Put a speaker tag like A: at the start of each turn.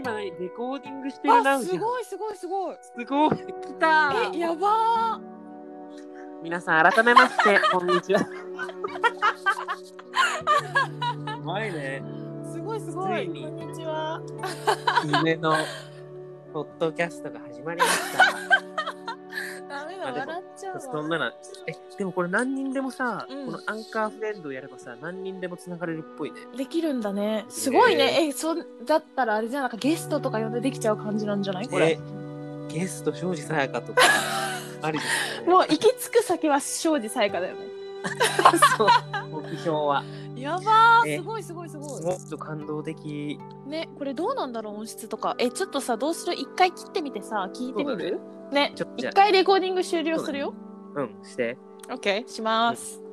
A: コーディングしてるな
B: あ
A: ん
B: すごいすごいすごい
A: すごい来た
B: えやばー
A: 皆さん改めまして こんにちはうまいね
B: すごいすごい
A: ついに
B: こんにちは
A: 夢のポッドキャストが始まり ました
B: ダメ
A: あ
B: だ
A: でも
B: 笑っちゃうわ
A: そんなのえでもこれ何人でもさ、
B: うん
A: このアンカーフレンドをやればさ何人でも繋がれるっぽいね
B: できるんだねすごいねえそんだったらあれじゃんなんかゲストとか呼んでできちゃう感じなんじゃないこれ、
A: えゲスト庄司さやかと かありですよね
B: もう行き着く先は庄司さやかだよね
A: そう目標は
B: やばー
A: ね
B: すごいすごいすご
A: もっと感動的
B: いねこれどうなんだろう音質とかえちょっとさどうする一回切ってみてさ聞いてみるね
A: ちょっとじ
B: 一
A: ゃ
B: 回レコーディング終了するよ
A: うんして
B: オッケーします